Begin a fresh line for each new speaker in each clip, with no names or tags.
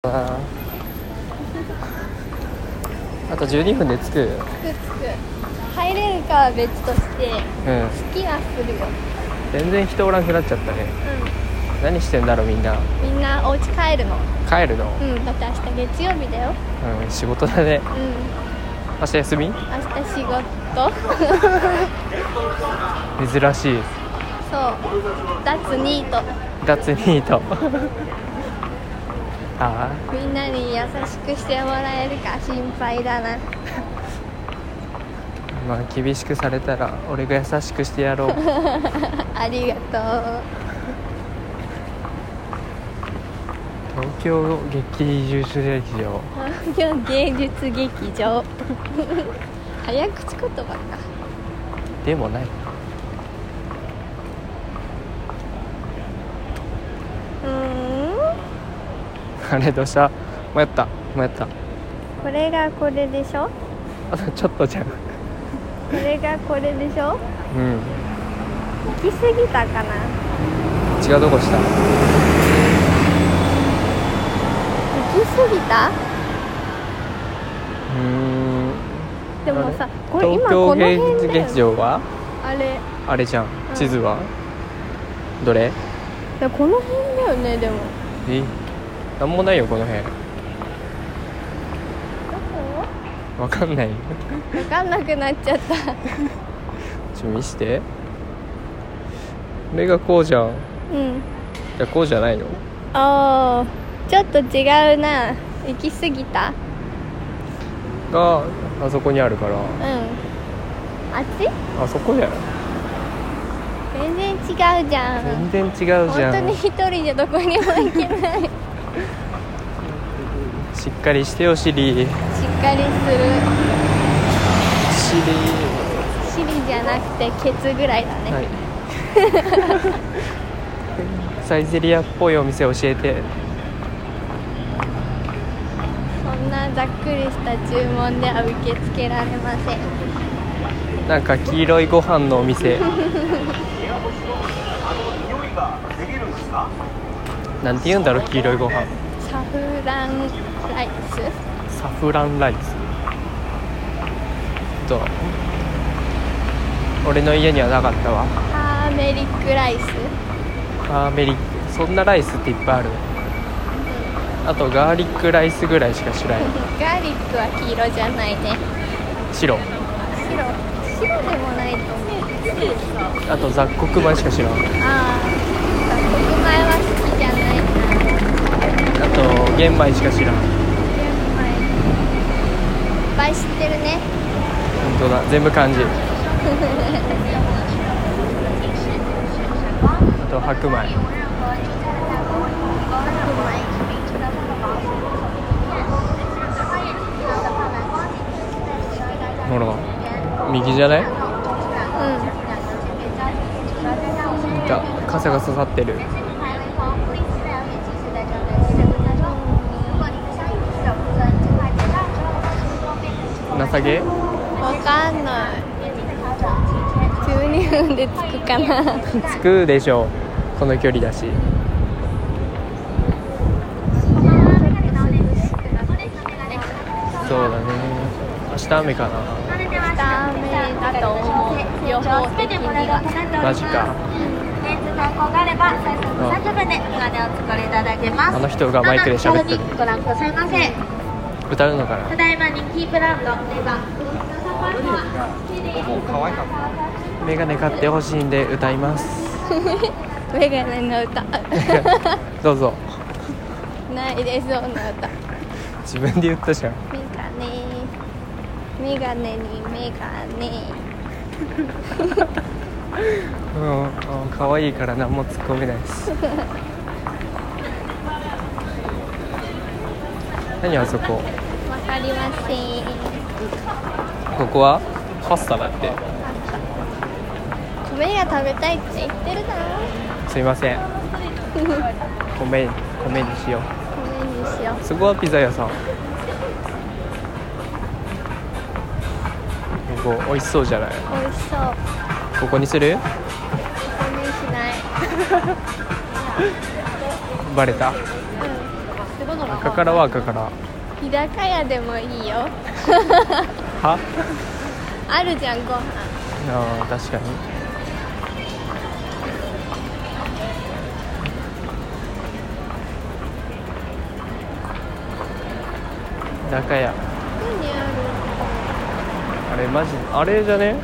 と12分で着く
くっつく入れるかは別として
うん
好きはするよ
全然人おらんくなっちゃったね何してんだろうみんな
うんみんなお家帰るの
帰るの
うんだって明日月曜日だよ
うん仕事だね
うん
明日休み
明日仕事
珍しい
そう脱ニート
ガッツニート あ
みんなに優しくしてもらえるか心配だ な
あまあ厳しくされたら俺が優しくしてやろう
ありがと
東京激重症劇場
う東京芸術劇場早口言葉か
でもない
うーん
あれどうした迷った迷った
これがこれでしょ
あとちょっとじゃん
これがこれでしょ
うん
行き過ぎたかな
違うとこした
行き過ぎた
うーん
でもさこれ今
東京
この辺
芸術
だよ
劇場は
あれ
あれじゃん
うん
地図は、どれ
いやこの辺だよねでも
えなんもないよこの辺わかんない
分かんなくなっちゃった
ちょ見してこれがこうじゃん
うん
いやこうじゃないの
あーちょっと違うな行き過ぎた
があそこにあるから
うんあっち
あそこじゃん
全然違うじゃん
全然違うじゃん
本当に一人じゃどこにも行けない しっ
しっかりしてよシリー
かりす
シリ
る尻じゃなくてケツぐらいだ
ー
ね、
はいサイゼリアっぽいお店教えて
そんなざっくりした注文では受け付けられません
なんか黄色いご飯のお店なんて言うんだろう黄色いご飯
サフランライス
サフランライスと俺の家にはなかったわ
ターメリックライス
ターメリックそんなライスっていっぱいあるあとガーリックライスぐらいしか知らない
ガーリックは黄色じゃないね
白
白白でもないと思う
あと雑穀米しか知らん
ああ、黒米は好きじゃないな。
あと玄米しか知らん
玄米。いっぱい知ってるね。
本当だ全部漢字あと白米ほら右じゃないいた傘が刺さってる情け
うん、わかんない。12分で着くかな。
つくでしょうこの距離だしそうだね明日雨かな
ダメだと思う。予報的には。
マジか
レンズ投稿があれば最速30分でお金をお作りいただけます
あの人がマイクで喋ってる
ご覧くださいませ
歌うのか
た
な
だいま人気ブランドレバー
メガネ買ってほしいんで歌います
メガネの歌。
どうぞ
ないでそうな歌。
自分で言ったじゃん
メガネ。メガネにメガネ。
うんうん可愛いから何も突っ込めないです何あそこ
わかりません。
ここはパスタだって
米が食べたいって言ってるだろ。
すいません米米にしよ
米にしよう
う。そこはピザ屋さんここ美味しそうじゃない
美味しそう。
ここにする
米にしない。
バレた
うん。
赤からは赤から
日高屋でもいいよ
は
あるじゃんご飯
あー確かに中屋
何あ
あれマジあれじゃね
る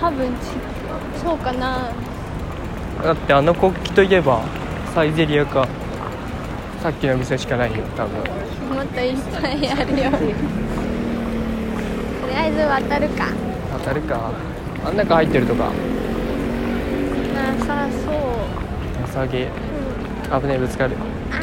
多分ちそうかな
だってあの国旗といえばサイゼリアかさっきの店しかないよ多分
もっといっぱいあるよとりあえず渡るか
当たるかあん中入ってるとか
なさそう、
値下げ
うん、
危ねえぶつかる
あ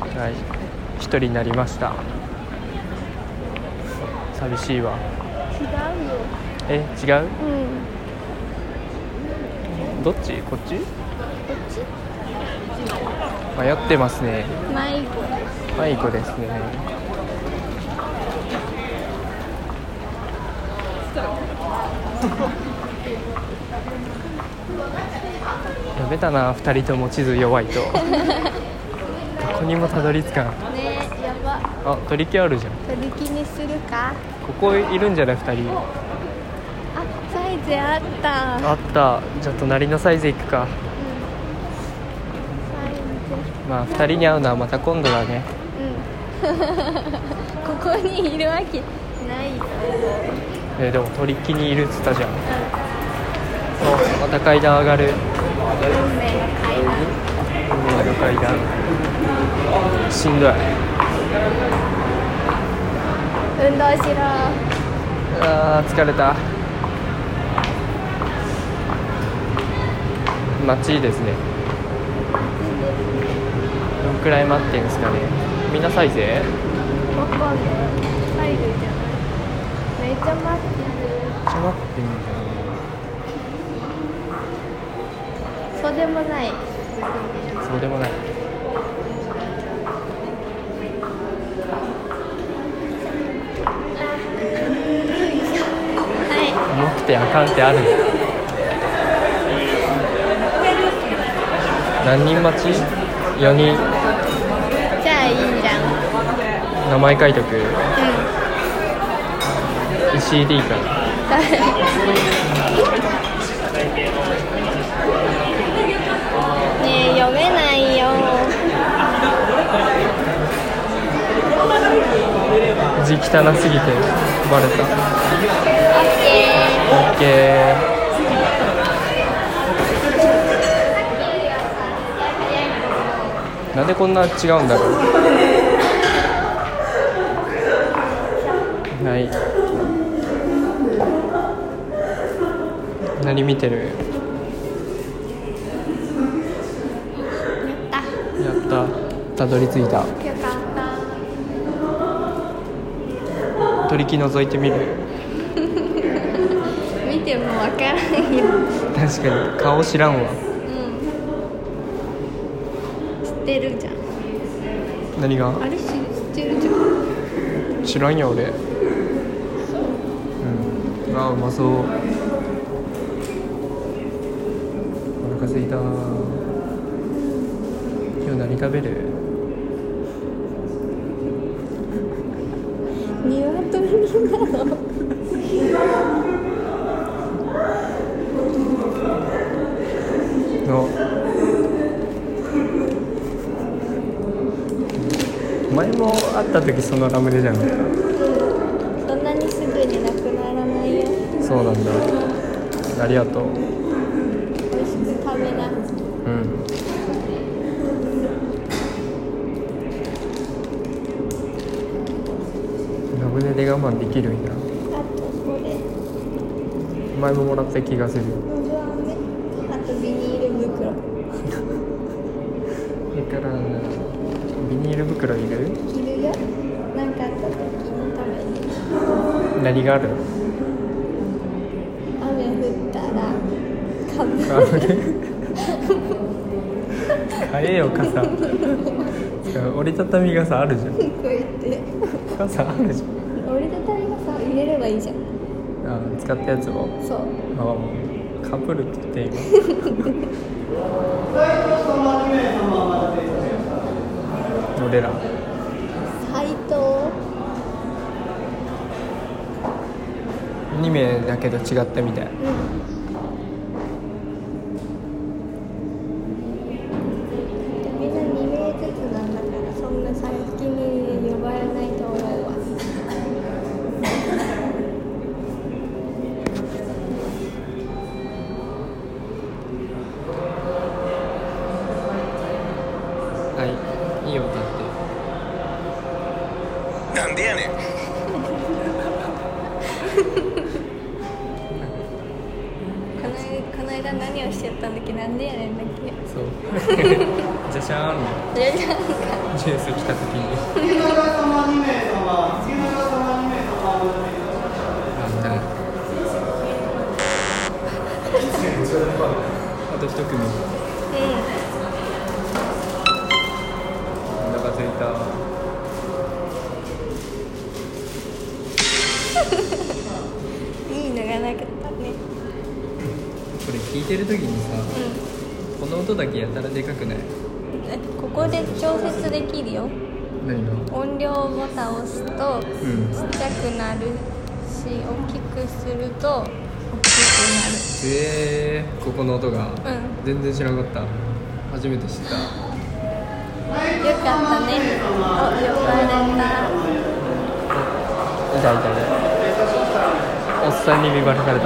はい一人になりました寂しいわ
ー違うよ
え違う
うん
どっちこっち
こっち
迷ってますね
迷子
迷子ですねやめたな2人とも地図弱いとどこにもたどり着かん
ねやば
あ取り木あるじゃん
取り木にするか
ここいるんじゃない2人
あサイズあった
あったじゃあ隣のサイズ行くか
サイズ
まあ2人に会うのはまた今度だね
うんここにいるわけないよ
えーでも取り木にいるっつったじゃんそうまた階段上がる
運命の階段
運命の階段しんどい
運動しろ
あー疲れた街いいですねどんくらい待ってんすかねみんなサイゼ
わかんないサイズじゃないめっちゃ
めっちゃ
待っ
待ってんだ
てるそうでもない
よそうでもない
は
重くてあかんってある何人待ち ?4 人
いじゃあいいじゃん
名前書いとく
う
石井 D から
ん誰ねえ読めないよ
字汚すぎてバレた
オッケー
オッケーなんでこんな違うんだろうはい何見てる
やった
やったたどり着いた
よかった。
取り木覗いてみる
見てもわからんよ。
確かに顔知らんわ
うん。知ってるじゃん。
何が
あれ知ってるじゃん。
知らんよ俺うんあうまそうお腹すいた今日何食べる
鶏なの。
の前も会った時そのラムネじゃん
そんなにすぐになくならないよ。
そうなんだありがとう
美味しく食べな。
うんラムネで我慢できるんだ
あとこれ。
前ももらった気がする
うずあめ。あとビニール袋。
それからビニール袋いる
着るよ。なんかあった時のために。
何がある
雨降ったら。かぶ。
買えよ 傘折りたたみ傘あるじゃん
こうやって。
傘あるじゃ
折りたたみ傘入れればいいじゃん。
んあー使ったやつを
そう。
あーかぶるって言 って今俺ら
斎藤
2名だけど違ったみたい
みんな2名ずつなんだからそんな最近に呼ばれないと思うわ
はいいいよ歌っ
なんでやねん
このこの間何をしちゃったんだっけなんでやねんだっけ
てそう じゃしゃーんの
それじゃなんか
ジュース来た時になんだあと一組
う
お腹空いた
んいいのがなかったね
これ聞いてる時にさ
う
この音だけやたらでかくない
んえここで調節できるよ
何が
音量ボタンを押すと
うん
ちっちゃくなるし大きくすると大き
えー、ここの音が、
くなるうん
全然知らなかった初めて知った
よかったね。お、呼ばれた。
痛い痛い痛いおっさんに見張られた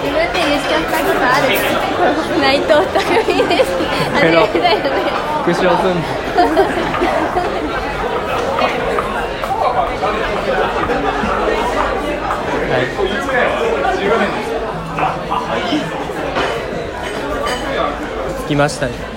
今まで言っちゃったことある。 内藤匠です。あれだよね。
復唱すんのはい着きましたね